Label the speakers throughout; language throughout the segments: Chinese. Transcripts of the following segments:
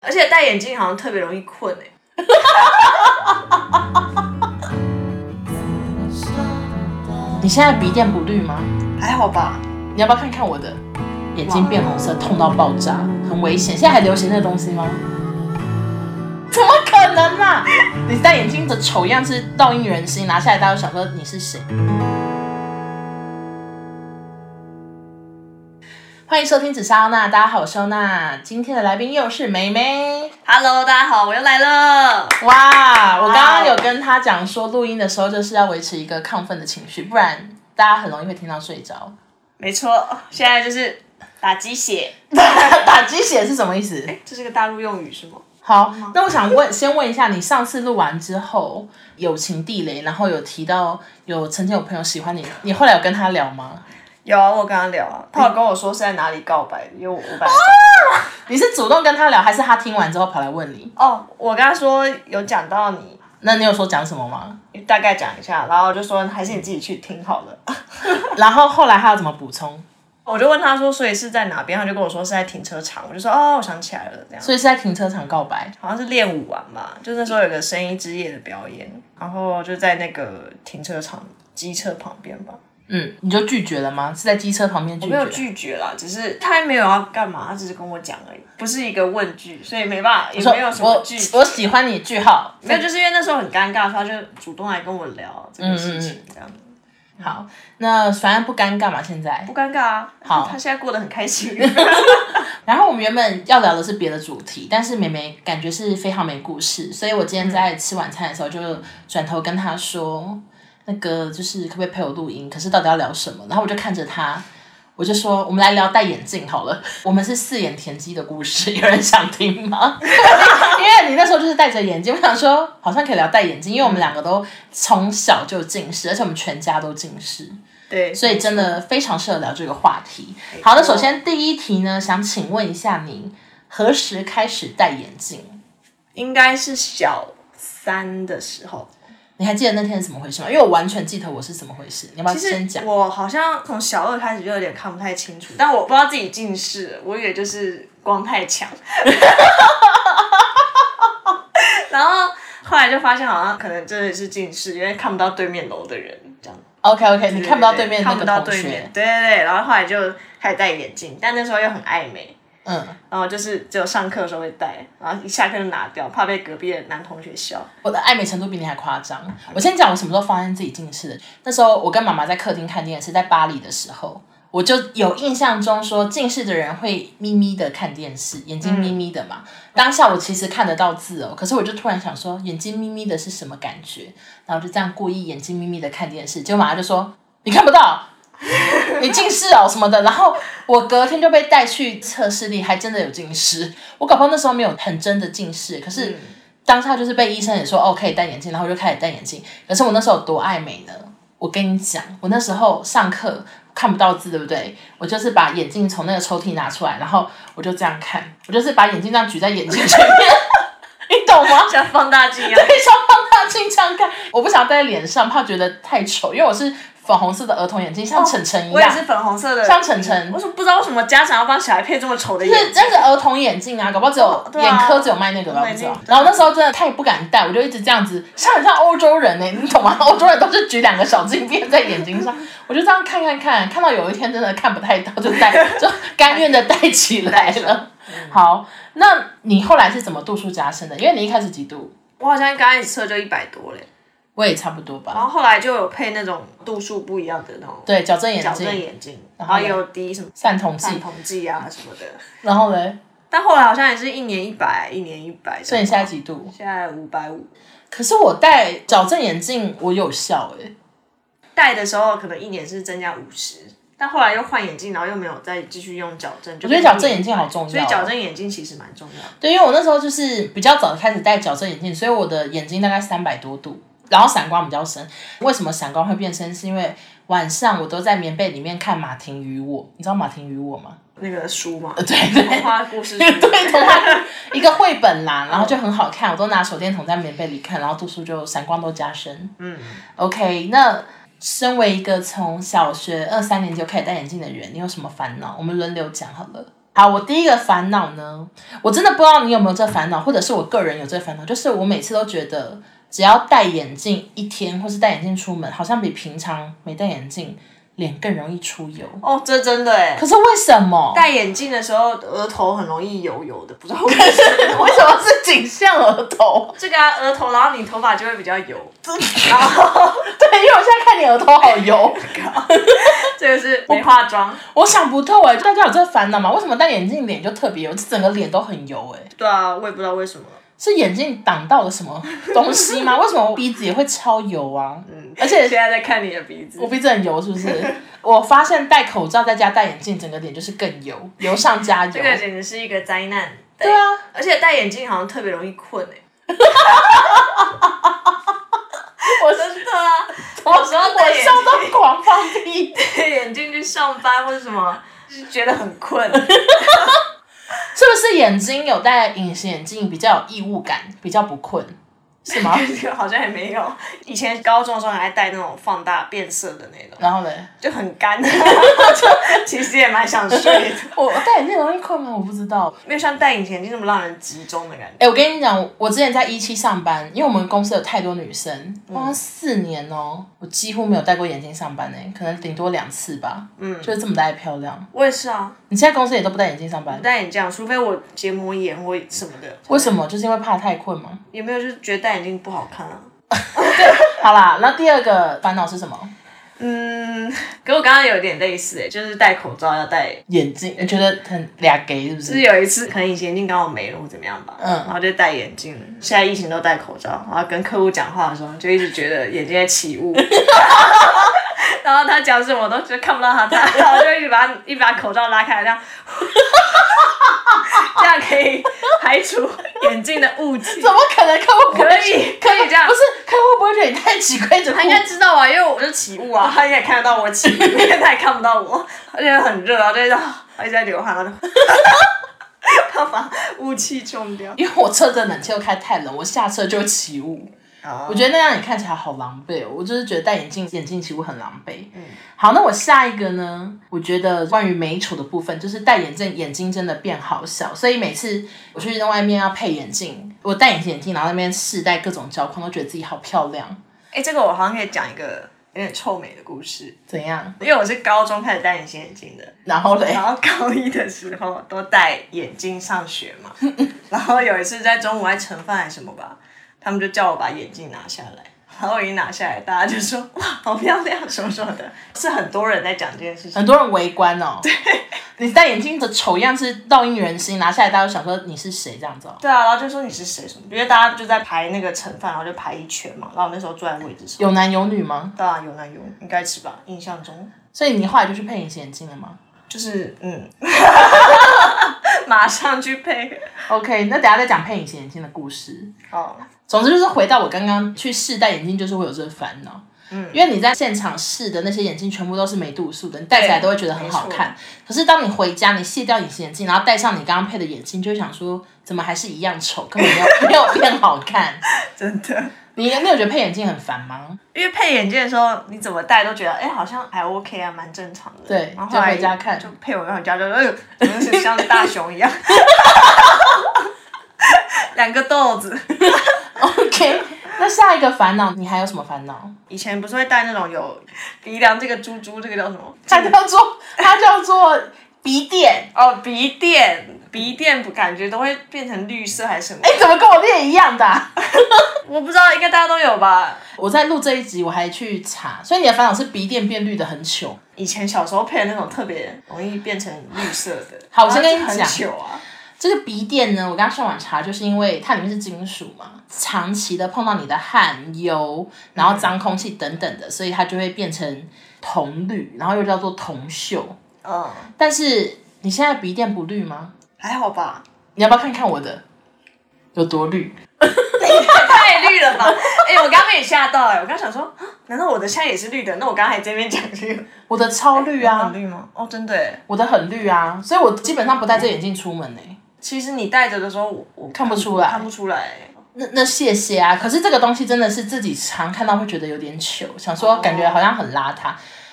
Speaker 1: 而且戴眼镜好像特别容易困哎、
Speaker 2: 你现在鼻电不绿吗？
Speaker 3: 还好吧？
Speaker 2: 你要不要看看我的？眼睛变红色，痛到爆炸，很危险。现在还流行那个东西吗？怎么可能啦、你戴眼镜的丑样是烙印人心，拿下来大家都想说你是谁。欢迎收听紫砂欧娜，大家好，我是欧娜。今天的来宾又是梅梅。
Speaker 1: Hello，大家好，我又来了。
Speaker 2: 哇，我刚刚有跟她讲说，录音的时候就是要维持一个亢奋的情绪，不然大家很容易会听到睡着。
Speaker 1: 没错，现在就是打鸡血，
Speaker 2: 打鸡血是什么意思？
Speaker 3: 哎
Speaker 1: 这是个大陆用语是吗？
Speaker 2: 好，那我想问， 先问一下，你上次录完之后，友情地雷，然后有提到有曾经有朋友喜欢你，你后来有跟他聊吗？
Speaker 3: 有啊，我跟他聊啊，他有跟我说是在哪里告白的，因为我我本来
Speaker 2: 你是主动跟他聊，还是他听完之后跑来问你？
Speaker 3: 哦，我跟他说有讲到你，
Speaker 2: 那你有说讲什么吗？
Speaker 3: 大概讲一下，然后就说还是你自己去听好 了。
Speaker 2: 然后后来他要怎么补充？
Speaker 3: 我就问他说，所以是在哪边？他就跟我说是在停车场，我就说哦，我想起来了，这样。
Speaker 2: 所以是在停车场告白，
Speaker 3: 好像是练舞完吧，就那时候有个声音之夜的表演，然后就在那个停车场机车旁边吧。
Speaker 2: 嗯，你就拒绝了吗？是在机车旁边拒
Speaker 3: 没有
Speaker 2: 绝？
Speaker 3: 拒绝啦，只是他没有要干嘛，他只是跟我讲而已，不是一个问句，所以没办法，也没有什么
Speaker 2: 我
Speaker 3: 拒
Speaker 2: 我喜欢你，句号。
Speaker 3: 没有，就是因为那时候很尴尬，所以他就主动来跟我聊这个事情，这样、
Speaker 2: 嗯好，那反正不尴尬嘛，现在
Speaker 3: 不。尴尬啊。
Speaker 2: 好
Speaker 3: 他现在过得很开 心。
Speaker 2: 然后我们原本要聊的是别的主题，但是美美感觉是非常没故事，所以我今天在吃晚餐的时候就转头跟她说，那个就是可不可以陪我录音？可是到底要聊什么？然后我就看着她，我就说我们来聊戴眼镜好了， 我们是四眼田鸡的故事，有人想听吗？ 因为你那时候就是戴着眼镜，我想说好像可以聊戴眼镜，因为我们两个都从小就近视，而且我们全家都近视。
Speaker 3: 对，
Speaker 2: 所以真的非常适合聊这个话题。好的，首先第一题呢，想请问一下您何时开始戴眼镜？
Speaker 3: 应该是小三的时候，
Speaker 2: 你还记得那天是怎么回事吗？因为我完全记得我是怎么回事，你要不要
Speaker 3: 其
Speaker 2: 先
Speaker 3: 实
Speaker 2: 讲？
Speaker 3: 我好像从小二开始就有点看不太清
Speaker 2: 嗯
Speaker 3: 楚，但我不知道自己近视了，我以为就是光太强， 然后后来就发现好像可能真的是近视，因为看不到对面楼的人这样。
Speaker 2: OK OK，你看不到对面那
Speaker 3: 看不到
Speaker 2: 个同
Speaker 3: 对面
Speaker 2: 学，，
Speaker 3: 对对对，然后后来就开始戴眼镜，但那时候又很爱美，
Speaker 2: 嗯，
Speaker 3: 然后就是只有上课的时候会戴，然后一下课就拿掉，怕被隔壁的男同学笑。
Speaker 2: 我的爱美程度比你还夸张。我先讲我什么时候发现自己近视的。那时候我跟妈妈在客厅看电视，在巴黎的时候，我就有印象中说近视的人会眯眯的看电视，眼睛眯眯的嘛。当下我其实看得到字哦，可是我就突然想说，眼睛眯眯的是什么感觉？然后就这样故意眼睛眯眯的看电视，结果妈妈就说你看不到。 你近视哦什么的，然后我隔天就被带去测视力，还真的有近视。我搞不好那时候没有很真的近视，可是当下就是被医生也说哦可以戴眼镜，然后我就开始戴眼镜。可是我那时候有多爱美呢？我跟你讲，我那时候上课看不到字，对不对？我就是把眼镜从那个抽屉拿出来，然后我就这样看，我就是把眼镜这样举在眼睛前面， 你懂吗？
Speaker 3: 像放大镜一样，
Speaker 2: 非常放大镜这样看，我不想戴在脸上，怕觉得太丑，因为我是粉红色的儿童眼镜，像晨晨一
Speaker 3: 哦我也
Speaker 2: 样。
Speaker 3: 是粉红色的，
Speaker 2: 像晨晨
Speaker 3: 我说不知道为什么家长要帮小孩配这么丑的
Speaker 2: 是
Speaker 3: 眼镜
Speaker 2: 那，是儿童眼镜啊，搞不好只有
Speaker 3: 对啊
Speaker 2: 眼科只有卖那个吧，我不知
Speaker 3: 眼
Speaker 2: 道
Speaker 3: 镜。
Speaker 2: 然后那时候真的太不敢戴，我就一直这样子，像很像欧洲人呢、你懂吗？欧洲人都是举两个小镜片在眼睛上，我就这样看看看，看到有一天真的看不太到，就戴，就甘愿的戴起来了。好，那你后来是怎么度数加深的？因为你一开始几度？
Speaker 3: 我好像刚开始测就一百多嘞，
Speaker 2: 我也差不多吧。
Speaker 3: 然后后来就有配那种度数不一样的那种
Speaker 2: 对，矫正眼
Speaker 3: 矫正
Speaker 2: 镜、
Speaker 3: 眼镜，然
Speaker 2: 然后
Speaker 3: 后
Speaker 2: 嘞
Speaker 3: 也有滴什么
Speaker 2: 散瞳剂
Speaker 3: 散，瞳剂啊什么的，
Speaker 2: 然后嘞，
Speaker 3: 但后来好像也是一年一百，一年一百，
Speaker 2: 所以你现在几度？
Speaker 3: 现在五百五。
Speaker 2: 可是我戴矫正眼镜，我有效哎、
Speaker 3: 戴的时候可能一年是增加五十，但后来又换眼镜，然后又没有再继续用矫正。我
Speaker 2: 我觉得矫正眼镜好重要哦
Speaker 3: 所以矫正眼镜其实蛮重要的。
Speaker 2: 对，因为我那时候就是比较早开始戴矫正眼镜，所以我的眼睛大概三百多度，然后散光比较深。为什么散光会变深？是因为晚上我都在棉被里面看《马婷与我》，你知道《马婷与我》吗？
Speaker 3: 那个书嘛，
Speaker 2: 对对
Speaker 3: 童话故事书，
Speaker 2: 对，童话故一个绘本啦，然后就很好看，我都拿手电筒在棉被里看，然后度数就散光都加深。嗯，OK，那身为一个从小学二三年级就开始戴眼镜的人，你有什么烦恼？我们轮流讲好了。好，我第一个烦恼呢，我真的不知道你有没有这烦恼，或者是我个人有这烦恼，就是我每次都觉得，只要戴眼镜一天，或是戴眼镜出门，好像比平常没戴眼镜脸更容易出油。
Speaker 3: 哦，这真的哎
Speaker 2: 可，是为什么？
Speaker 3: 戴眼镜的时候额头很容易油油的，不知道为什么。
Speaker 2: 为什么是颈项额头？
Speaker 3: 这个啊额头，然后你头发就会比较 油，然后
Speaker 2: 对，因为我现在看你额头好油，
Speaker 3: 这个是没化妆。
Speaker 2: 我想不透哎、大家有这烦恼吗？为什么戴眼镜脸就特别油，整个脸都很油哎、
Speaker 3: 对啊，我也不知道为什么。
Speaker 2: 是眼镜挡到了什 么东西吗？为什么我鼻子也会超油啊？
Speaker 3: 嗯
Speaker 2: 而且
Speaker 3: 现在在看你的鼻子
Speaker 2: 我，鼻子很油是不是？我发现戴口罩再加戴眼镜，整个脸就是更油，油上加油。
Speaker 3: 这个简直是一个灾难。
Speaker 2: 对啊，
Speaker 3: 而且戴眼镜好像特别容易困 哎、
Speaker 2: 我
Speaker 3: 真的啊，
Speaker 2: 我
Speaker 3: 有时候戴
Speaker 2: 我
Speaker 3: 眼
Speaker 2: 笑到狂放屁。
Speaker 3: 戴眼镜去上班或者什么，就是觉得很困。
Speaker 2: 是不是眼睛有戴隐形眼镜比较有异物感，比较不困，是 吗？
Speaker 3: 好像也没有。以前高中的时候还爱戴那种放大变色的那种，
Speaker 2: 然后嘞，
Speaker 3: 就很干， 就其实也蛮想睡的，
Speaker 2: 我戴眼镜容易困吗？我不知道。
Speaker 3: 没有像戴隐形眼镜那么让人集中的感觉。
Speaker 2: 哎、我跟你讲，我之前在一期上班，因为我们公司有太多女生，哇，
Speaker 3: 嗯
Speaker 2: 四年哦、我几乎没有戴过眼镜上班呢、欸可能顶多两次吧。嗯，就是这么戴漂亮。
Speaker 3: 我也是啊，
Speaker 2: 你现在公司也都不戴眼镜上班，
Speaker 3: 戴眼镜，除非我结膜炎或什么的，
Speaker 2: 为什么？就是因为怕太困吗？
Speaker 3: 也没有就是觉得戴眼镜不好看啊。
Speaker 2: 好啦，那第二个烦恼是什么？
Speaker 3: 嗯，跟我刚刚有点类似诶、就是戴口罩要戴
Speaker 2: 眼镜，你觉得很俩给是不
Speaker 3: 就是
Speaker 2: 是？
Speaker 3: 有一次，可能以前眼镜刚好没了或怎么样吧，
Speaker 2: 嗯
Speaker 3: 然后就戴眼镜，现在疫情都戴口罩，然后跟客户讲话的时候就一直觉得眼睛在起 雾，然后他讲什么我都觉得看不到 他，他然后就一直把一把口罩拉开，这样， 这样可以排除眼镜的雾气，
Speaker 2: 怎么可能客户不会
Speaker 3: 可以可以这样
Speaker 2: 不是客户不会觉得你太奇怪，怎么
Speaker 3: 他应该知道啊，因为我是起雾 啊，他应该也看得到我起雾，因为他也看不到我，而且很热啊，就是啊一直在流汗，然后就 他把雾气冲掉。
Speaker 2: 因为我车子冷气又开太冷，我下车就会起雾。我觉得那样你看起来好狼狈、哦，我就是觉得戴眼镜眼镜起雾很狼狈。嗯，好，那我下一个呢？我觉得关于美丑的部分，就是戴眼镜眼睛真的变好小，所以每次我去在外面要配眼镜，我戴隐形眼镜，然后在那 边试戴各种胶框，都觉得自己好漂亮。
Speaker 3: 哎、这个我好像可以讲一个有点臭美的故事，
Speaker 2: 怎样？
Speaker 3: 因为我是高中开始戴隐形眼镜的，
Speaker 2: 然后嘞
Speaker 3: 然，后高一的时候都戴眼镜上学嘛，然后有一次在中午在盛饭还是什么吧，他们就叫我把眼镜拿下来。然后我一拿下来，大家就说哇，好漂亮什么什么的，是很多人在讲这件事情。
Speaker 2: 很多人围观哦。对，你戴眼镜的丑样是烙印人心，拿下来大家都想说你是谁这样子哦。
Speaker 3: 对啊，然后就说你是谁什么，因为大家就在排那个盛饭，然后就排一圈嘛。然后我那时候坐在位置上，
Speaker 2: 有男有女吗？
Speaker 3: 对啊，有男有女，应该是吧？印象中
Speaker 2: 所以你后来就去配隐形眼镜了吗
Speaker 3: 就是嗯， 马上去配。
Speaker 2: ？OK，那等一下再讲配隐形眼镜的故事。
Speaker 3: 好，
Speaker 2: 总之就是回到我刚刚去试戴眼镜，就是会有这个烦恼。嗯，因为你在现场试的那些眼镜全部都是没度数的，你戴起来都会觉得很好看。可是当你回家，你卸掉隐形眼镜，然后戴上你刚刚配的眼镜，就会想说怎么还是一样丑，根本没有没有变好看。
Speaker 3: 真的，
Speaker 2: 你你有觉得配眼镜很烦吗？
Speaker 3: 因为配眼镜的时候，你怎么戴都觉得哎、好像还 OK 啊，蛮正常的。
Speaker 2: 对
Speaker 3: 然后后来
Speaker 2: 就回家看
Speaker 3: 就配我回家就嗯，怎么是像大熊一样， 两个豆子。
Speaker 2: OK，那下一个烦恼，你还有什么烦恼？
Speaker 3: 以前不是会戴那种有鼻梁这个珠珠，这个叫什么？
Speaker 2: 它叫做它叫做鼻垫。
Speaker 3: 哦，鼻垫，鼻垫不感觉都会变成绿色还是什么？
Speaker 2: 哎、怎么跟我练一样的啊、
Speaker 3: 我不知道，应该大家都有吧。
Speaker 2: 我在录这一集，我还去查，所以你的烦恼是鼻垫变绿的很糗。
Speaker 3: 以前小时候配的那种特别容易变成绿色的，
Speaker 2: 好我先跟你
Speaker 3: 然后就很糗啊，
Speaker 2: 这个鼻垫呢，我刚上网查，就是因为它里面是金属嘛，长期的碰到你的汗、油，然
Speaker 3: 嗯
Speaker 2: 后脏空气等等的，所以它就会变成铜绿，然后又叫做铜锈。
Speaker 3: 嗯，
Speaker 2: 但是你现在鼻垫不绿吗？
Speaker 3: 还好吧，
Speaker 2: 你要不要看看我的有多绿？
Speaker 3: 太绿了吧？ 哎、我刚被你吓到哎、我刚想说，啊难道我的现在也是绿的？那我刚才还这边讲这个
Speaker 2: 我的超绿啊
Speaker 3: 很，绿吗？哦，真的哎。
Speaker 2: 我的很绿啊，所以我基本上不戴这眼镜出门呢、欸
Speaker 3: 其实你戴着的时候，我我
Speaker 2: 看不出来
Speaker 3: 看不出来哎。
Speaker 2: 那那谢谢啊！可是这个东西真的是自己常看到会觉得有点糗，想说感觉好像很邋遢。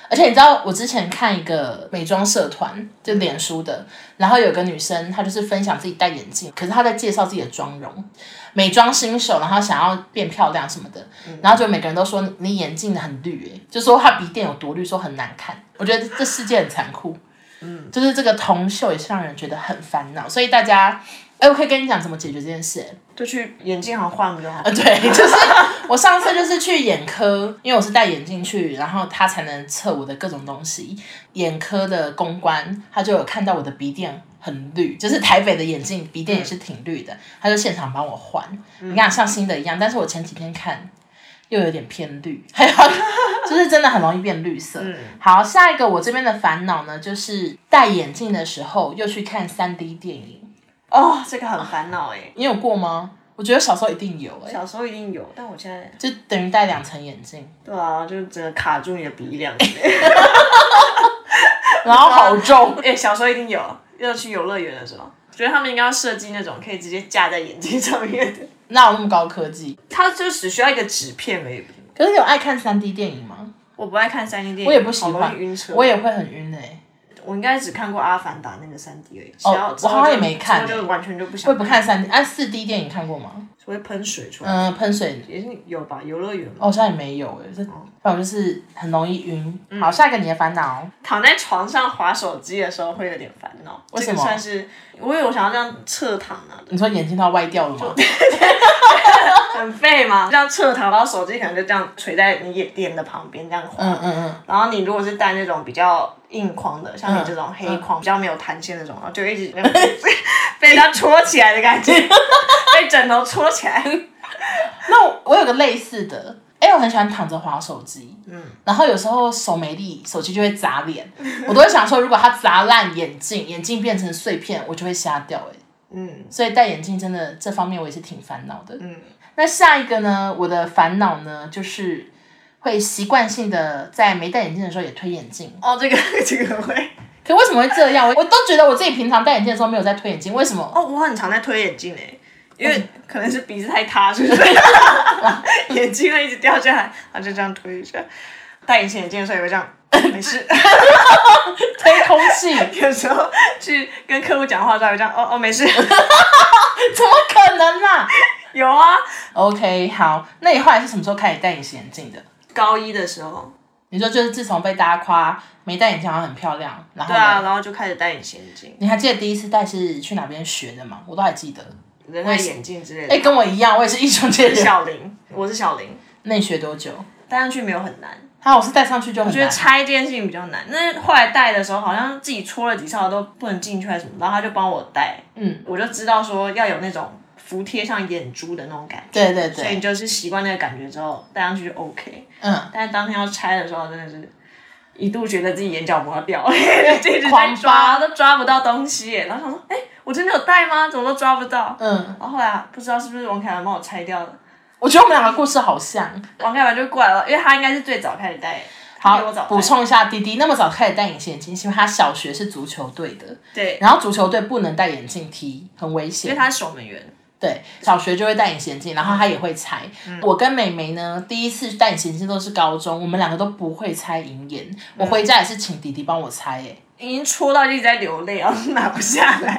Speaker 2: 而且你知道，我之前看一个美妆社团，就脸书的，然后有个女生，她就是分享自己戴眼镜，可是她在介绍自己的妆容，美妆新手，然后想要变漂亮什么的，然后就每个人都说你眼镜很绿、欸，就说她鼻垫有多绿，说很难看。我觉得这世界很残酷，嗯，就是这个铜锈也是让人觉得很烦恼，所以大家。哎、我可以跟你讲怎么解决这件事、欸
Speaker 3: 就去眼镜行换不就好
Speaker 2: 呃，？ 对，就是我上次就是去眼科，因为我是戴眼镜去，然后他才能测我的各种东西。眼科的公关他就有看到我的鼻垫很绿，就是台北的眼镜鼻垫也是挺绿的，他就现场帮我换。你看像新的一样，但是我前几天看又有点偏绿，还有就是真的很容易变绿色。好，下一个我这边的烦恼呢，就是戴眼镜的时候又去看三 D 电影，
Speaker 3: 哦，这个很烦恼哎。
Speaker 2: 你有过吗？我觉得小时候一定有、欸，
Speaker 3: 小时候一定有，但我现在
Speaker 2: 就等于戴两层眼镜，
Speaker 3: 对啊，就整个卡住你的鼻 梁。
Speaker 2: 然后好 重。
Speaker 3: 哎、小时候一定有，要去游乐园的时候，觉得他们应该要设计那种可以直接架在眼睛上面的。
Speaker 2: 哪有那么高科技？
Speaker 3: 它就只需要一个纸片而已。
Speaker 2: 可是你有爱看三 D 电影吗？
Speaker 3: 我不爱看三 D 电影，
Speaker 2: 我也不喜
Speaker 3: 好容
Speaker 2: 欢
Speaker 3: 易晕，车。
Speaker 2: 我也会很晕欸诶、
Speaker 3: 我应该只看过《阿凡达》那个三 D 而已，
Speaker 2: 哦
Speaker 3: 其他之后
Speaker 2: 我好像
Speaker 3: 就
Speaker 2: 也没看
Speaker 3: 之后就完全就不想。
Speaker 2: 我也不看，三 D，哎、啊，四 D 电影看过吗？
Speaker 3: 只会喷水出来。
Speaker 2: 嗯、喷水哦
Speaker 3: 也是有吧，游乐园嘛。
Speaker 2: 好像也没有欸诶、这
Speaker 3: 嗯
Speaker 2: 反正就是很容易晕。好，下一个你的烦恼，
Speaker 3: 躺在床上划手机的时候会有点烦恼，为
Speaker 2: 什么
Speaker 3: 算是我有想要这样侧躺啊，
Speaker 2: 你说眼睛都要歪掉了吗？
Speaker 3: 很废嘛，这样侧躺，然后手机可能就这样垂在你眼脸的旁边这样滑。
Speaker 2: 嗯嗯嗯，
Speaker 3: 然后你如果是戴那种比较硬框的，像你这种黑框、比较没有弹性那种，然后就一直 被它戳起来的感 觉，被枕头戳起 来。
Speaker 2: 那我我有个类似的，哎、我很喜欢躺着滑手机，嗯，然后有时候手没力，手机就会砸脸，我都会想说，如果它砸烂眼镜，眼镜变成碎片，我就会瞎掉、哎，
Speaker 3: 嗯，
Speaker 2: 所以戴眼镜真的这方面我也是挺烦恼的，嗯，那下一个呢，我的烦恼呢就是。会习惯性的在没戴眼镜的时候也推眼镜，
Speaker 3: 哦，这个 这个会。
Speaker 2: 可为什么会这样？我我都觉得我自己平常戴眼镜的时候没有在推眼镜，为什么？
Speaker 3: 哦，我很常在推眼镜诶、因为可能是鼻子太塌，是不 是？眼镜会一直掉下来，然后就这样推一下。戴隐形眼镜的时候也会这 样，没事。
Speaker 2: 推空气？
Speaker 3: 有时候去跟客户讲话的时候也会这样，哦哦没事。
Speaker 2: 怎么可能啦、
Speaker 3: 有啊，
Speaker 2: o k 好，那你后来是什么时候开始戴隐形眼镜的？
Speaker 3: 高一的时候，
Speaker 2: 你说就是自从被大家夸没戴眼镜好像很漂亮，然后
Speaker 3: 对
Speaker 2: 呢、
Speaker 3: 啊，然后就开始戴隐形眼镜，
Speaker 2: 你还记得第一次戴是去哪边学的吗？我都还记得。
Speaker 3: 人戴眼镜之类的。
Speaker 2: 哎、跟我一样，我也是艺术界的。
Speaker 3: 小林，我是小林，
Speaker 2: 那你学多久？
Speaker 3: 戴上去没有很难，
Speaker 2: 啊，我是戴上去就很
Speaker 3: 觉得
Speaker 2: 难。
Speaker 3: 拆这件事情比较难。那后来戴的时候，好像自己戳了几下都不能进去还是什么，然后他就帮我戴，
Speaker 2: 嗯，
Speaker 3: 我就知道说要有那种服帖上眼珠的那种感觉。
Speaker 2: 对对
Speaker 3: 所以你
Speaker 2: 对，
Speaker 3: 就是习惯那个感觉之后，戴上去就 OK。
Speaker 2: 嗯，
Speaker 3: 但是当天要拆的时候，真的是一度觉得自己眼角膜要掉了， 就一直在
Speaker 2: 狂
Speaker 3: 抓，
Speaker 2: 抓
Speaker 3: 都抓不到东西耶。然后想说，哎、我真的有戴吗？怎么都抓不到？
Speaker 2: 嗯。
Speaker 3: 然后后来、啊、不知道是不是王凯文帮我拆掉的，
Speaker 2: 我觉得我们两个故事好像。
Speaker 3: 王凯文就过来了，因为他应该是最早开始戴，他比我
Speaker 2: 好
Speaker 3: 早，戴
Speaker 2: 补充一下，滴滴那么早开始戴隐形眼镜，是因为他小学是足球队的，
Speaker 3: 对，
Speaker 2: 然后足球队不能戴眼镜踢，很危
Speaker 3: 因
Speaker 2: 险
Speaker 3: 为。他是守门员。
Speaker 2: 对，小学就会戴隐形眼镜，然后她也会拆。我跟美眉呢，第一次戴隐形眼镜都是高中，我们两个都不会拆银眼。我回家也是请弟弟帮我拆、欸，
Speaker 3: 已经戳到就一直在流泪，然后拿不下 来，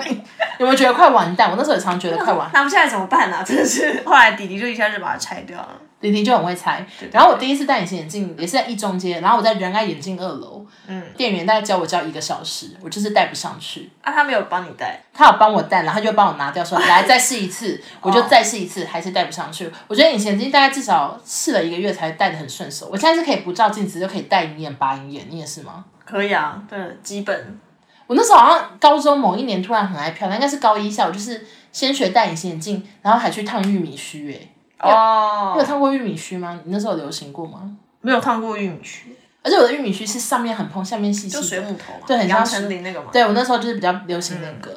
Speaker 2: 有没有觉得快完蛋？我那时候也常觉得快 完，
Speaker 3: 拿不下来怎么办啊？真的是，后来弟弟就一下就把它拆掉了。
Speaker 2: 弟弟就很会拆。然后我第一次戴隐形眼镜也是在一中街，然后我在仁爱眼镜二楼，嗯，店员大概教我教一个小时，我就是戴不上去。
Speaker 3: 啊，他没有帮你戴，
Speaker 2: 他有帮我戴，然后他就帮我拿掉说，来再试一 次，我
Speaker 3: 哦
Speaker 2: 就再试一次，还是戴不上去。我觉得隐形眼镜大概至少试了一个月才戴的很顺手。我现在是可以不照镜子就可以戴银眼、拔银眼，你也是吗？
Speaker 3: 可以啊，对，基本
Speaker 2: 我那时候好像高中某一年突然很爱漂亮，应该是高一下，我就是先学戴隐形眼镜，然后还去烫玉米须、欸。
Speaker 3: 哦
Speaker 2: 你有烫过玉米须吗？你那时候有流行过吗？
Speaker 3: 没有烫过玉米须，
Speaker 2: 而且我的玉米须是上面很蓬，下面细细
Speaker 3: 就
Speaker 2: 的。
Speaker 3: 水母头嘛，
Speaker 2: 对很像
Speaker 3: 杨丞琳那个嘛。
Speaker 2: 对我那时候就是比较流行那个。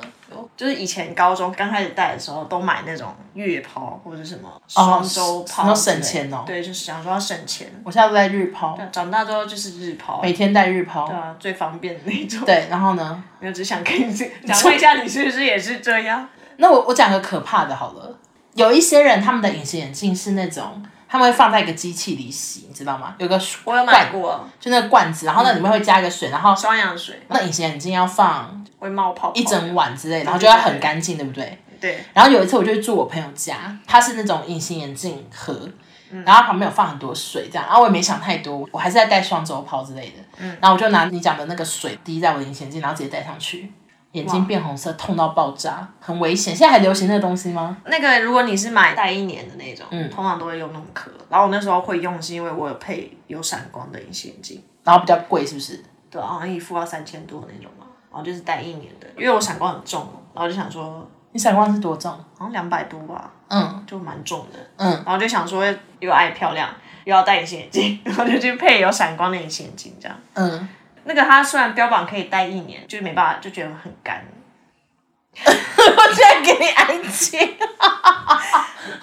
Speaker 3: 就是以前高中刚开始戴的时候，都买那种月抛或者什么
Speaker 2: 哦
Speaker 3: 双周抛之类的，
Speaker 2: 那省钱哦
Speaker 3: 对，就是想说要省钱。
Speaker 2: 我现在都戴日抛，
Speaker 3: 长大之后就是日抛，
Speaker 2: 每天戴日 抛。
Speaker 3: 对啊，最方便的那种。
Speaker 2: 对，然后呢？
Speaker 3: 没有，只想跟你想问一下，你是不是也是这样？
Speaker 2: 那我我讲个可怕的好了，有一些人他们的隐形眼镜是那种。他们会放在一个机器里洗，你知道吗？有个
Speaker 3: 我有买
Speaker 2: 罐，
Speaker 3: 过
Speaker 2: 就那个罐子，然后那里面会加一个水，然后
Speaker 3: 双氧水，
Speaker 2: 那隐形眼镜要放
Speaker 3: 会冒泡泡
Speaker 2: 一整晚之类，然后就要很干净，对不对？
Speaker 3: 对，
Speaker 2: 然后有一次我就去住我朋友家，他是那种隐形眼镜盒，然后旁边有放很多水这样，然后我也没想太多，我还是在戴双周抛之类的，然后我就拿你讲的那个水滴在我的隐形眼镜，然后直接戴上去，眼睛变红色，痛到爆炸，很危险。现在还流行那个东西吗？
Speaker 3: 那个如果你是买戴一年的那种，通常都会用那种壳。然后我那时候会用，是因为我有配有闪光的隐形眼镜，
Speaker 2: 然后比较贵是不是？
Speaker 3: 对，好像一副要三千多那种嘛。然后就是戴一年的，因为我闪光很重，然后就想说
Speaker 2: 你闪光是多重？
Speaker 3: 好像两百多吧，
Speaker 2: 嗯，
Speaker 3: 就蛮重的。
Speaker 2: 嗯，
Speaker 3: 然后就想说又爱漂亮，又要戴隐形眼镜， 然后就去配有闪光的隐形眼镜这样。
Speaker 2: 嗯，
Speaker 3: 那个它虽然标榜可以戴一年，就是没办法，就觉得很干。
Speaker 2: 我居然给你安静，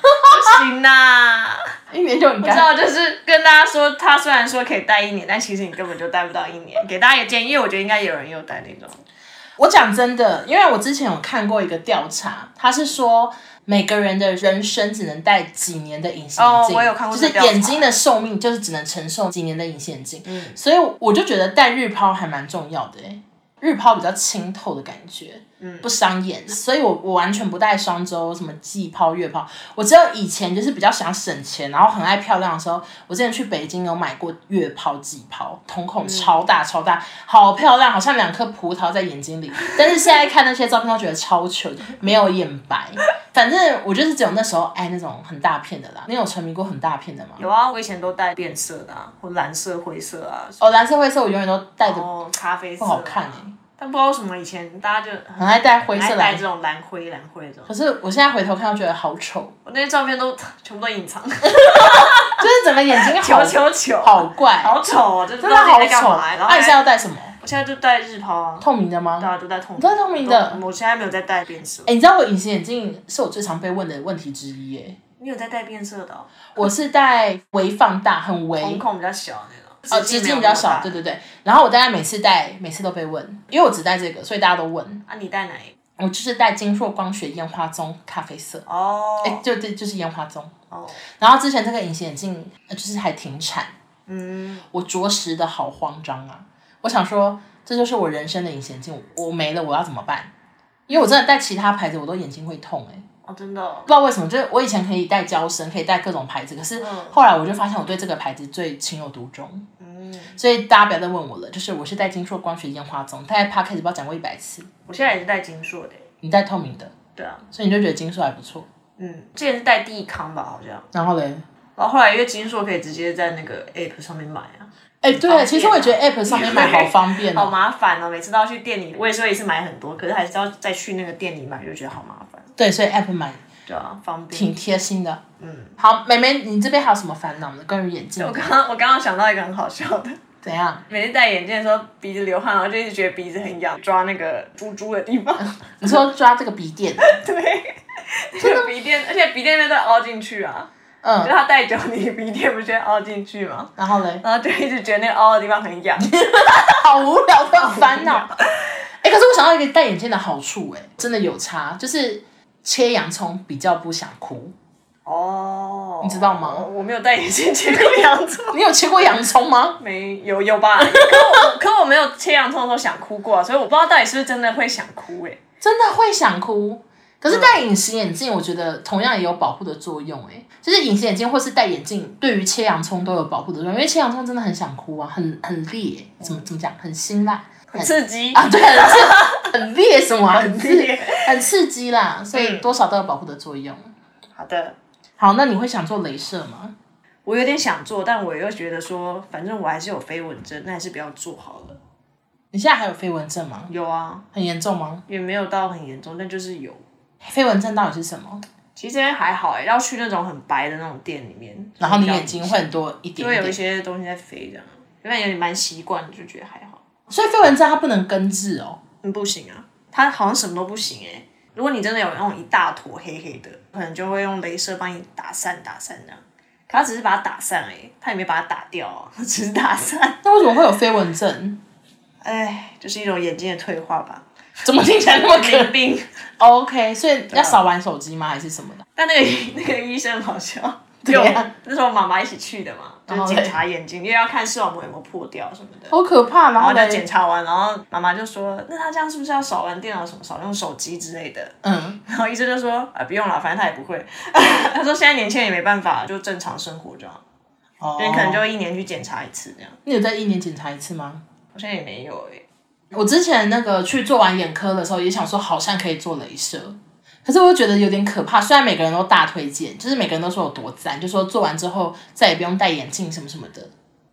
Speaker 3: 不行呐、
Speaker 2: 一年就很
Speaker 3: 知
Speaker 2: 干。
Speaker 3: 道就是跟大家说，它虽然说可以戴一年，但其实你根本就戴不到一年。给大家一个建议，因为我觉得应该有人有戴那种，
Speaker 2: 我讲真的，因为我之前有看过一个调查，他是说每个人的人生只能戴几年的隐形眼
Speaker 3: 哦
Speaker 2: 镜，
Speaker 3: 我有看过
Speaker 2: 就
Speaker 3: 这
Speaker 2: 是
Speaker 3: 个调查
Speaker 2: 眼睛的寿命就是只能承受几年的隐形眼镜。所以我就觉得戴日抛还蛮重要的、欸，日抛比较清透的感觉。不伤眼，所以我我完全不戴双周什么季抛、月抛，我只有以前就是比较想省钱，然后很爱漂亮的时候，我之前去北京有买过月抛、季抛，瞳孔超大超大，好漂亮，好像两颗葡萄在眼睛里。但是现在看那些照片，都觉得超糗，没有眼白。反正我就是只有那时候爱那种很大片的啦。你有沉迷过很大片的吗？
Speaker 3: 有啊，我以前都戴变色的、啊，或蓝色、灰色啊，
Speaker 2: 哦，蓝色、灰色我永远都戴
Speaker 3: 然
Speaker 2: 着，
Speaker 3: 后咖啡色、
Speaker 2: 不好看哎、
Speaker 3: 但不知道为什么以前大家就很
Speaker 2: 很爱戴灰色
Speaker 3: 爱戴
Speaker 2: 蓝
Speaker 3: 这。种蓝灰、蓝灰这种
Speaker 2: 可，是我现在回头看，我觉得好丑，
Speaker 3: 我那些照片都 全部都隐藏，
Speaker 2: 就是整个眼 睛
Speaker 3: 球
Speaker 2: 好
Speaker 3: 球球，
Speaker 2: 好怪，
Speaker 3: 好丑哦，真
Speaker 2: 真的好丑。
Speaker 3: 然后
Speaker 2: 那你现
Speaker 3: 还
Speaker 2: 在要戴什么？
Speaker 3: 我现在就戴日抛啊，
Speaker 2: 透明的吗？
Speaker 3: 大家都戴透明，
Speaker 2: 哦戴透明的
Speaker 3: 都我现在没有在戴变色，
Speaker 2: 哎、你知道我隐形眼镜是我最常被问的问题之一耶。
Speaker 3: 你有在戴变色的、哦，
Speaker 2: 我是戴微放大，很微，
Speaker 3: 瞳孔比较小那种，
Speaker 2: 哦，直径比较小，对
Speaker 3: 对。
Speaker 2: 对对。然后我大概每次戴，每次都被问，因为我只戴这个，所以大家都问。
Speaker 3: 啊，你戴哪一个？
Speaker 2: 我就是戴金硕光学烟花棕咖啡色，
Speaker 3: 哦、
Speaker 2: 哎、就对，就是烟花棕。
Speaker 3: 哦，
Speaker 2: 然后之前这个隐形眼镜呃就是还停产，
Speaker 3: 嗯，
Speaker 2: 我着实的好慌张啊！我想说，这就是我人生的隐形眼镜，我没了，我要怎么办？因为我真的戴其他牌子，我都眼睛会痛哎、
Speaker 3: 哦，真的、哦
Speaker 2: 不，知道为什么，就是我以前可以戴胶绳，可以戴各种牌子，可是后来我就发现我对这个牌子最情有独钟，
Speaker 3: 嗯，
Speaker 2: 所以大家不要再问我了。就是我是戴金硕光学烟花棕，大概 p o d c a s 不知道讲过一百次，
Speaker 3: 我现在也是戴金硕的，
Speaker 2: 你戴透明的，
Speaker 3: 对啊，
Speaker 2: 所以你就觉得金硕还不错。
Speaker 3: 嗯，之前是戴地康吧，好像，
Speaker 2: 然后嘞，
Speaker 3: 然后后来因为金硕可以直接在那个 app 上面买啊，
Speaker 2: 哎、
Speaker 3: 方
Speaker 2: 对，
Speaker 3: 便
Speaker 2: 其实我也觉得 App 上面 买好方便
Speaker 3: 好
Speaker 2: 哦、
Speaker 3: 麻烦哦，每次都要去店里，我也是一次买很多，可是还是要再去那个店里买，就觉得好麻烦，
Speaker 2: 对，所以 App 买
Speaker 3: 对啊，方便。
Speaker 2: 挺贴心的。嗯，好，妹妹，你这边还有什么烦恼呢？关于眼镜
Speaker 3: 我，刚刚我刚刚想到一个很好笑的，
Speaker 2: 怎样？
Speaker 3: 每次戴眼镜的时候鼻子流汗，然后就一直觉得鼻子很痒，抓那个珠珠的地方，
Speaker 2: 你说抓这个鼻垫，
Speaker 3: 对，那个鼻垫，而且鼻垫那边都凹进去啊，就
Speaker 2: 嗯，
Speaker 3: 他戴久，你鼻垫不是会凹进去吗？
Speaker 2: 然后嘞，
Speaker 3: 然后就一直觉得那个凹的地方很 痒，
Speaker 2: 好无聊的烦 恼。哎、可是我想到一个戴眼镜的好处、哎，真的有差，就是切洋葱比较不想哭。
Speaker 3: 哦，你
Speaker 2: 知道吗
Speaker 3: 我没有戴眼镜切过洋 葱，
Speaker 2: 你有切过洋葱吗？
Speaker 3: 没有有 吧？可我可我没有切洋葱的时候想哭过、啊，所以我不知道到底是不是真的会想哭哎、
Speaker 2: 真的会想哭。可
Speaker 3: 嗯
Speaker 2: 是戴隐形眼镜，我觉得同样也有保护的作用、哎，就是隐形眼镜或是戴眼镜，对于切洋葱都有保护的作用，因为切洋葱真的很想哭啊，很很烈、怎么怎么讲，很辛辣，很
Speaker 3: 很刺激，
Speaker 2: 啊， 对，很刺很烈什么啊、很刺
Speaker 3: 烈
Speaker 2: 很刺激啦，所以
Speaker 3: 嗯
Speaker 2: 多少都有保护的作用。
Speaker 3: 好的。
Speaker 2: 好，那你会想做镭射吗？
Speaker 3: 我有点想做，但我又觉得说，反正我还是有飞蚊症，那还是不要做好了。
Speaker 2: 你现在还有飞蚊症吗？
Speaker 3: 有啊，
Speaker 2: 很严重吗？
Speaker 3: 也没有到很严重，但就是有。
Speaker 2: 飞蚊症到底是什么？
Speaker 3: 其实这边还好哎、要去那种很白的那种店里面，
Speaker 2: 然后你眼睛会很多一
Speaker 3: 就
Speaker 2: 点
Speaker 3: 会
Speaker 2: 一
Speaker 3: 有一
Speaker 2: 点，
Speaker 3: 些东西在飞这样，原本有点蛮习惯，就觉得还好。
Speaker 2: 所以飞蚊症它不能根治哦。
Speaker 3: 嗯，不行啊，它好像什么都不行哎、如果你真的有那种一大坨黑黑的，可能就会用镭射帮你打散打散这样。可它只是把它打散哎、欸，它也没把它打掉啊， 只是打散。
Speaker 2: 那为什么会有飞蚊症？
Speaker 3: 哎，就是一种眼睛的退化吧，
Speaker 2: 怎么听起来那么
Speaker 3: 淋
Speaker 2: 可
Speaker 3: 病。
Speaker 2: ？OK，所以要少玩手机吗？还是什么的？
Speaker 3: 但那个那个医生好笑，
Speaker 2: 对
Speaker 3: 就
Speaker 2: 啊，
Speaker 3: 那时候妈妈一起去的嘛，就
Speaker 2: 后
Speaker 3: 是检查眼睛，因为要看视网膜有没有破掉什么的。
Speaker 2: 好可怕。然
Speaker 3: 然
Speaker 2: 后
Speaker 3: 后就
Speaker 2: 嘞
Speaker 3: 检查完，然后妈妈就说：“那他这样是不是要少玩电脑什么，少用手机之类的
Speaker 2: 嗯，？”
Speaker 3: 然后医生就说：“啊、不用了，反正他也不会。” 他说：“现在年轻人也没办法，就正常生活就好，
Speaker 2: 哦，
Speaker 3: 你可能就一年去检查一次这样。
Speaker 2: 你有在一年检查一次吗？”
Speaker 3: 好像也没有欸诶、
Speaker 2: 我之前那个去做完眼科的时候，也想说好像可以做镭射，可是我又觉得有点可怕。虽然每个人都大推荐，就是每个人都说有多赞，就说做完之后再也不用戴眼镜什么什么的。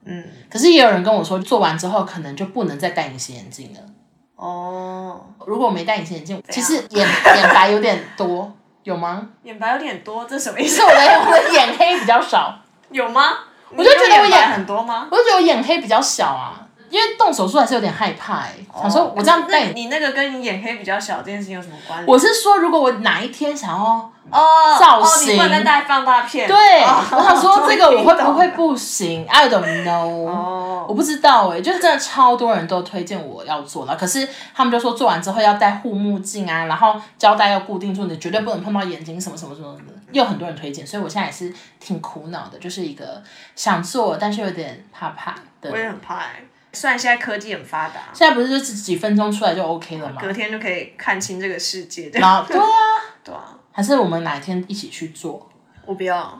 Speaker 3: 嗯，
Speaker 2: 可是也有人跟我说，做完之后可能就不能再戴隐形眼镜了。
Speaker 3: 哦，
Speaker 2: 如果我没戴隐形眼镜，其实眼眼白有点多，有吗？
Speaker 3: 眼白有点多，这什么意
Speaker 2: 是
Speaker 3: 思？
Speaker 2: 我的我的眼黑比较少，
Speaker 3: 有吗？我
Speaker 2: 就觉得我眼
Speaker 3: 很多吗？
Speaker 2: 我就觉得我眼黑比较小啊，因为动手术还是有点害怕哎、想说我这样
Speaker 3: 哦
Speaker 2: 戴
Speaker 3: 那
Speaker 2: 眼
Speaker 3: 你那个跟你眼黑比较小这件事情有什么关联？
Speaker 2: 我是说，如果我哪一天想要，
Speaker 3: 哦，
Speaker 2: 造
Speaker 3: 哦，你不能再
Speaker 2: 型
Speaker 3: 戴放大片。
Speaker 2: 对，
Speaker 3: 哦
Speaker 2: 我想说这 个我会不
Speaker 3: 终
Speaker 2: 会？
Speaker 3: 于听懂了
Speaker 2: 不行？I don't know，、
Speaker 3: 哦
Speaker 2: 我不知道哎、就是真的超多人都推荐我要做了，可是他们就说做完之后要戴护目镜啊，然后胶带要固定住，你绝对不能碰到眼睛什么什么什么的，又很多人推荐，所以我现在也是挺苦恼的，就是一个想做但是有点怕怕的
Speaker 3: 我。也很怕哎、虽然现在科技很发达，
Speaker 2: 现在不是就是几分钟出来就 OK 了吗？
Speaker 3: 隔天就可以看清这个世界。对
Speaker 2: 然后对啊，
Speaker 3: 对啊，
Speaker 2: 还是我们哪一天一起去做？
Speaker 3: 我不 要。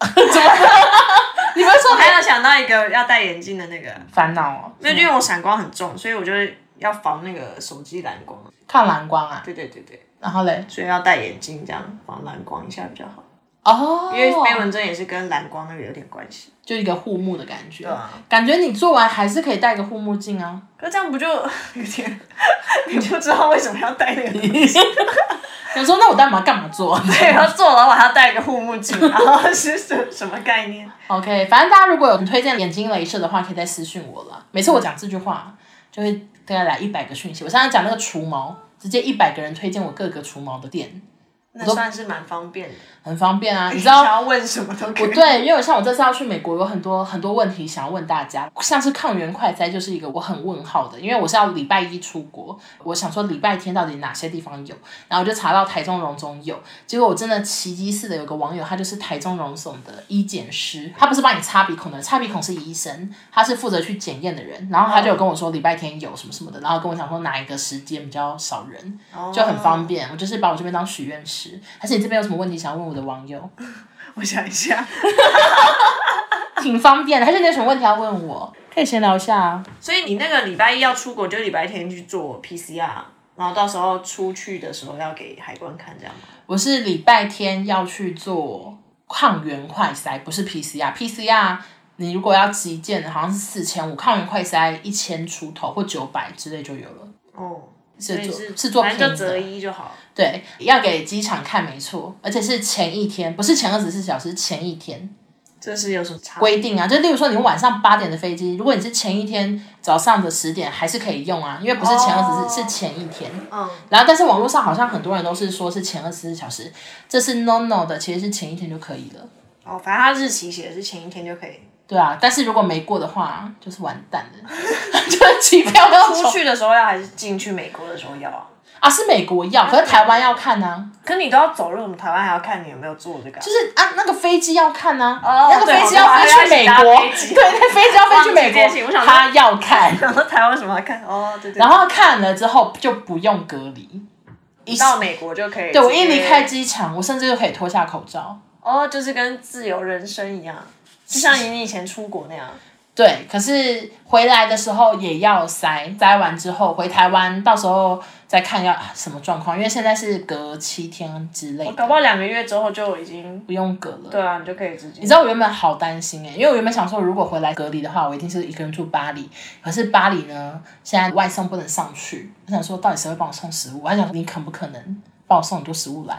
Speaker 2: 你不是
Speaker 3: 我
Speaker 2: 说
Speaker 3: 还有想到一个要戴眼镜的那个，
Speaker 2: 烦恼哦？
Speaker 3: 没有，就因为我闪光很重，所以我就是要防那个手机蓝光。
Speaker 2: 看蓝光啊，
Speaker 3: 对对对对，
Speaker 2: 然后嘞，
Speaker 3: 所以要戴眼镜，这样防蓝光一下比较好。
Speaker 2: 哦，
Speaker 3: 因为飞蚊症也是跟蓝光那个有点关系。
Speaker 2: 就一个护目的感觉，
Speaker 3: 啊
Speaker 2: 感觉你做完还是可以戴个护目镜啊。
Speaker 3: 可这样不就有点， 你就知道为什么要戴那个东西
Speaker 2: 想说那我干嘛干嘛 做
Speaker 3: 对，然后做老板还要戴一个护目镜，然后是什什么概念？
Speaker 2: ？OK，反正大家如果有推荐眼睛镭射的话，可以再私信我啦。每次我讲这句话，就会大概来一百个讯息。我上次讲那个除毛，直接一百个人推荐我各个除毛的店，
Speaker 3: 那算是蛮方便的，
Speaker 2: 很方便啊。你知
Speaker 3: 想
Speaker 2: 道
Speaker 3: 要问什么都可
Speaker 2: 我
Speaker 3: 以。
Speaker 2: 对，因为我像我这次要去美国，有很多很多问题想要问大家，像是抗原快筛就是一个我很问号的，因为我是要礼拜一出国，我想说礼拜天到底哪些地方有，然后我就查到台中荣总有，结果我真的奇迹似的有个网友，他就是台中荣总的医检师，他不是帮你擦鼻孔的，擦鼻孔是医生，他是负责去检验的人，然后他就有跟我说礼拜天有什么什么的，然后跟我讲说哪一个时间比较少人，就很方便，我就是把我这边当许愿池，还是你这边有什么问题想要问我的网友？
Speaker 3: 我想一下，
Speaker 2: 挺方便的。还是你有什么问题要问我？可以闲聊一下啊。
Speaker 3: 所以你那个礼拜一要出国，就礼拜天去做 PCR，然后到时候出去的时候要给海关看，这样吗？
Speaker 2: 我是礼拜天要去做抗原快筛，不是 PCR。PCR 你如果要急件，好像是四千五，抗原快筛一千出头或九百之类就有了。
Speaker 3: 哦，所
Speaker 2: 是
Speaker 3: 以
Speaker 2: 做
Speaker 3: 是
Speaker 2: 是做
Speaker 3: 反
Speaker 2: 平
Speaker 3: 正就择
Speaker 2: 的，
Speaker 3: 一就好。
Speaker 2: 对，要给机场看没错，而且是前一天，不是前二十四小时，是前一天。
Speaker 3: 这是有什么差？
Speaker 2: 规定啊，就例如说你晚上八点的飞机，如果你是前一天早上的十点，还是可以用啊，因为不是前二十
Speaker 3: 哦
Speaker 2: 四，是前一天。
Speaker 3: 嗯，
Speaker 2: 然后，但是网络上好像很多人都是说是前二十四小时，这是 no no 的，其实是前一天就可以了。
Speaker 3: 哦，反正它日期写的是前一天就可以。
Speaker 2: 对啊，但是如果没过的话，就是完蛋了， 就是机票要
Speaker 3: 出
Speaker 2: 重
Speaker 3: 去的时候要还是进去美国的时候要啊？
Speaker 2: 啊，是美国要，可是台湾要看啊，
Speaker 3: 可你都要走了，我们台湾还要看你有没有做这个啊。
Speaker 2: 就是啊那个飞机要看啊，
Speaker 3: 哦
Speaker 2: 那个飞机要飞去美
Speaker 3: 对
Speaker 2: 国，
Speaker 3: 我还要一起
Speaker 2: 对，
Speaker 3: 搭
Speaker 2: 那飞机要飞去
Speaker 3: 忘记这件事情
Speaker 2: 美国
Speaker 3: 我想，说
Speaker 2: 他要看，
Speaker 3: 然后台湾什么要看？哦，对对对。
Speaker 2: 然后看了之后就不用隔离。一
Speaker 3: 到美国就可以。
Speaker 2: 对我一离开，机场，我甚至就可以脱下口罩。
Speaker 3: 哦，就是跟自由人生一样，就像你以前出国那样。
Speaker 2: 对，可是回来的时候也要筛，筛完之后回台湾，到时候再看要什么状况，因为现在是隔七天之类
Speaker 3: 搞
Speaker 2: 的，
Speaker 3: 不好两个月之后就已经，
Speaker 2: 不用隔了。
Speaker 3: 对啊，你就可以直接。
Speaker 2: 你知道我原本好担心哎、因为我原本想说，如果回来隔离的话，我一定是一个人住巴黎。可是巴黎呢，现在外送不能上去，我想说到底谁会帮我送食物？我还想你可不可能帮我送很多食物来？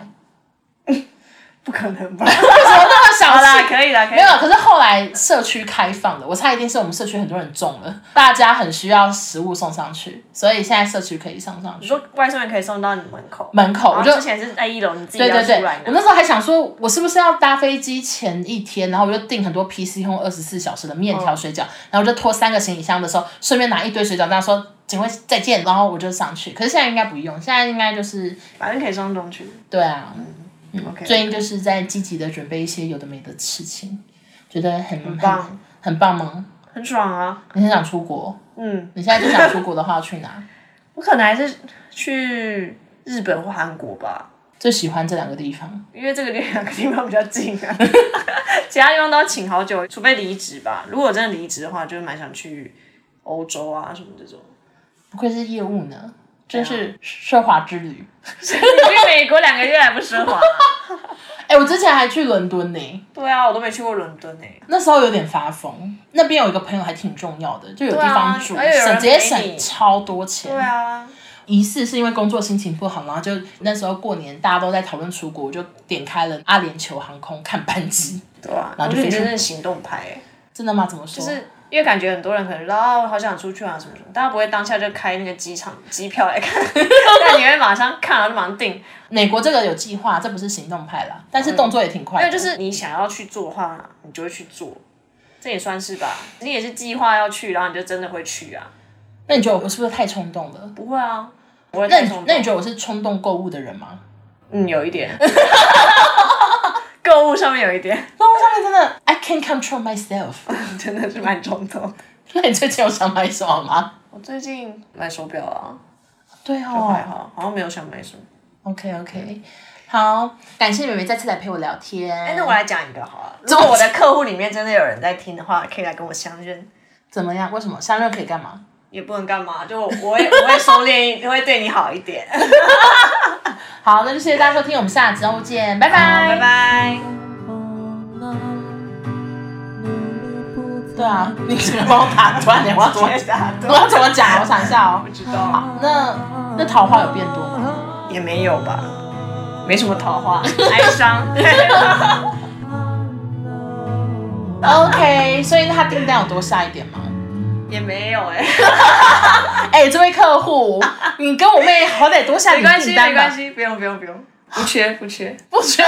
Speaker 3: 不可能吧？
Speaker 2: 为什么那么 小
Speaker 3: 好
Speaker 2: 气
Speaker 3: 啦，？可以啦，可以
Speaker 2: 没有，
Speaker 3: 啦。
Speaker 2: 可是后来社区开放了，我猜一定是我们社区很多人中了，大家很需要食物送上去，所以现在社区可以送上
Speaker 3: 你
Speaker 2: 去。
Speaker 3: 说外送员可以送到你门口，
Speaker 2: 门
Speaker 3: 然
Speaker 2: 口我
Speaker 3: 后
Speaker 2: 就
Speaker 3: 之前是在一楼，你自己
Speaker 2: 对
Speaker 3: 要
Speaker 2: 对
Speaker 3: 出
Speaker 2: 对，
Speaker 3: 来
Speaker 2: 我那
Speaker 3: 拿。
Speaker 2: 时候还想说，我是不是要搭飞机前一天，然后我就订很多 PC 用二十四小时的面条、水饺，然后我就拖三个行李箱的时候，顺便拿一堆水饺，大家说警卫再见，然后我就上去。可是现在应该不用，现在应该就是
Speaker 3: 反正可以送东去。
Speaker 2: 对啊，
Speaker 3: 嗯 OK，
Speaker 2: 最近就是在积极的准备一些有的没的事情，觉得很很
Speaker 3: 棒
Speaker 2: 很棒吗？
Speaker 3: 很爽啊。
Speaker 2: 你很想出国？
Speaker 3: 嗯，
Speaker 2: 你现在就想出国的话，去哪？
Speaker 3: 我可能还是去日本或韩国吧，
Speaker 2: 最喜欢这两个地方，
Speaker 3: 因为这个两个地 方比较近啊， 其他地方都要请好久，除非离职吧。如果真的离职的话，就是蛮想去欧洲啊什么这种。
Speaker 2: 不愧是业务呢，真
Speaker 3: 啊
Speaker 2: 是奢华之旅。
Speaker 3: 你去美国两个月还不啊奢华、
Speaker 2: 哎、我之前还去伦敦呢、
Speaker 3: 对啊，我都没去过伦敦欸诶、
Speaker 2: 那时候有点发疯。那边有一个朋友还挺重要的，就有地方住，
Speaker 3: 对啊而且有人
Speaker 2: 省直接
Speaker 3: 陪
Speaker 2: 省
Speaker 3: 你
Speaker 2: 超多钱。
Speaker 3: 对啊，
Speaker 2: 疑似是因为工作心情不好，然后就那时候过年大家都在讨论出国，我就点开了阿联酋航空看班机。
Speaker 3: 对啊，
Speaker 2: 然
Speaker 3: 我
Speaker 2: 后
Speaker 3: 觉
Speaker 2: 就
Speaker 3: 得你
Speaker 2: 飞去
Speaker 3: 真正行动派、欸，
Speaker 2: 真的吗？怎么说？
Speaker 3: 就是因为感觉很多人可能说啊，我好想出去啊什么什么，大家不会当下就开那个机场机票来 看，但你会马上看，然后就马上订。
Speaker 2: 美国这个有计划，这不是行动派啦，但是动作也挺快
Speaker 3: 因为
Speaker 2: 的。
Speaker 3: 嗯就是你想要去做的话，你就会去做，这也算是吧。你也是计划要去，然后你就真的会去啊。
Speaker 2: 那你觉得我是不是太冲动了？
Speaker 3: 不会啊，我会
Speaker 2: 那
Speaker 3: 太
Speaker 2: 你
Speaker 3: 冲
Speaker 2: 那你
Speaker 3: 动。
Speaker 2: 觉得我是冲动购物的人吗？
Speaker 3: 嗯，有一点， 购物上面有一点，
Speaker 2: 购物上面真的 I can control myself。
Speaker 3: 真的是蛮冲动。
Speaker 2: 那你最近有想买什么吗？
Speaker 3: 我最近买手表啊，
Speaker 2: 对
Speaker 3: 还
Speaker 2: 哦
Speaker 3: 好，好像没有想买什么。
Speaker 2: ，OK OK，好，感谢美美再次来陪我聊天。哎
Speaker 3: 哎，那我来讲一个好 了。如果我的客户里面真的有人在听的话，可以来跟我相认。
Speaker 2: 怎么样？为什么相认可以干嘛？
Speaker 3: 也不能干嘛，就我我会我会收敛一，会对你好一点。
Speaker 2: 好，那就谢谢大家收听，我们下集节目见，拜拜，
Speaker 3: 拜。拜。
Speaker 2: 对啊， 你怎么帮我打断？你我要怎么
Speaker 3: 接打断
Speaker 2: 我要怎么讲？我想一下哦。
Speaker 3: 知道吗？
Speaker 2: 那那桃花有变多吗？
Speaker 3: 也没有吧，没什么桃花，哀伤。
Speaker 2: OK，所以他订单有多下一点吗？
Speaker 3: 也没有 哎、
Speaker 2: 哎、这位客户，你跟我妹好歹多下
Speaker 3: 没
Speaker 2: 点
Speaker 3: 关
Speaker 2: 订
Speaker 3: 系，
Speaker 2: 单
Speaker 3: 没
Speaker 2: 吧
Speaker 3: 关。系，不用不用不用，不缺不缺。
Speaker 2: 不缺。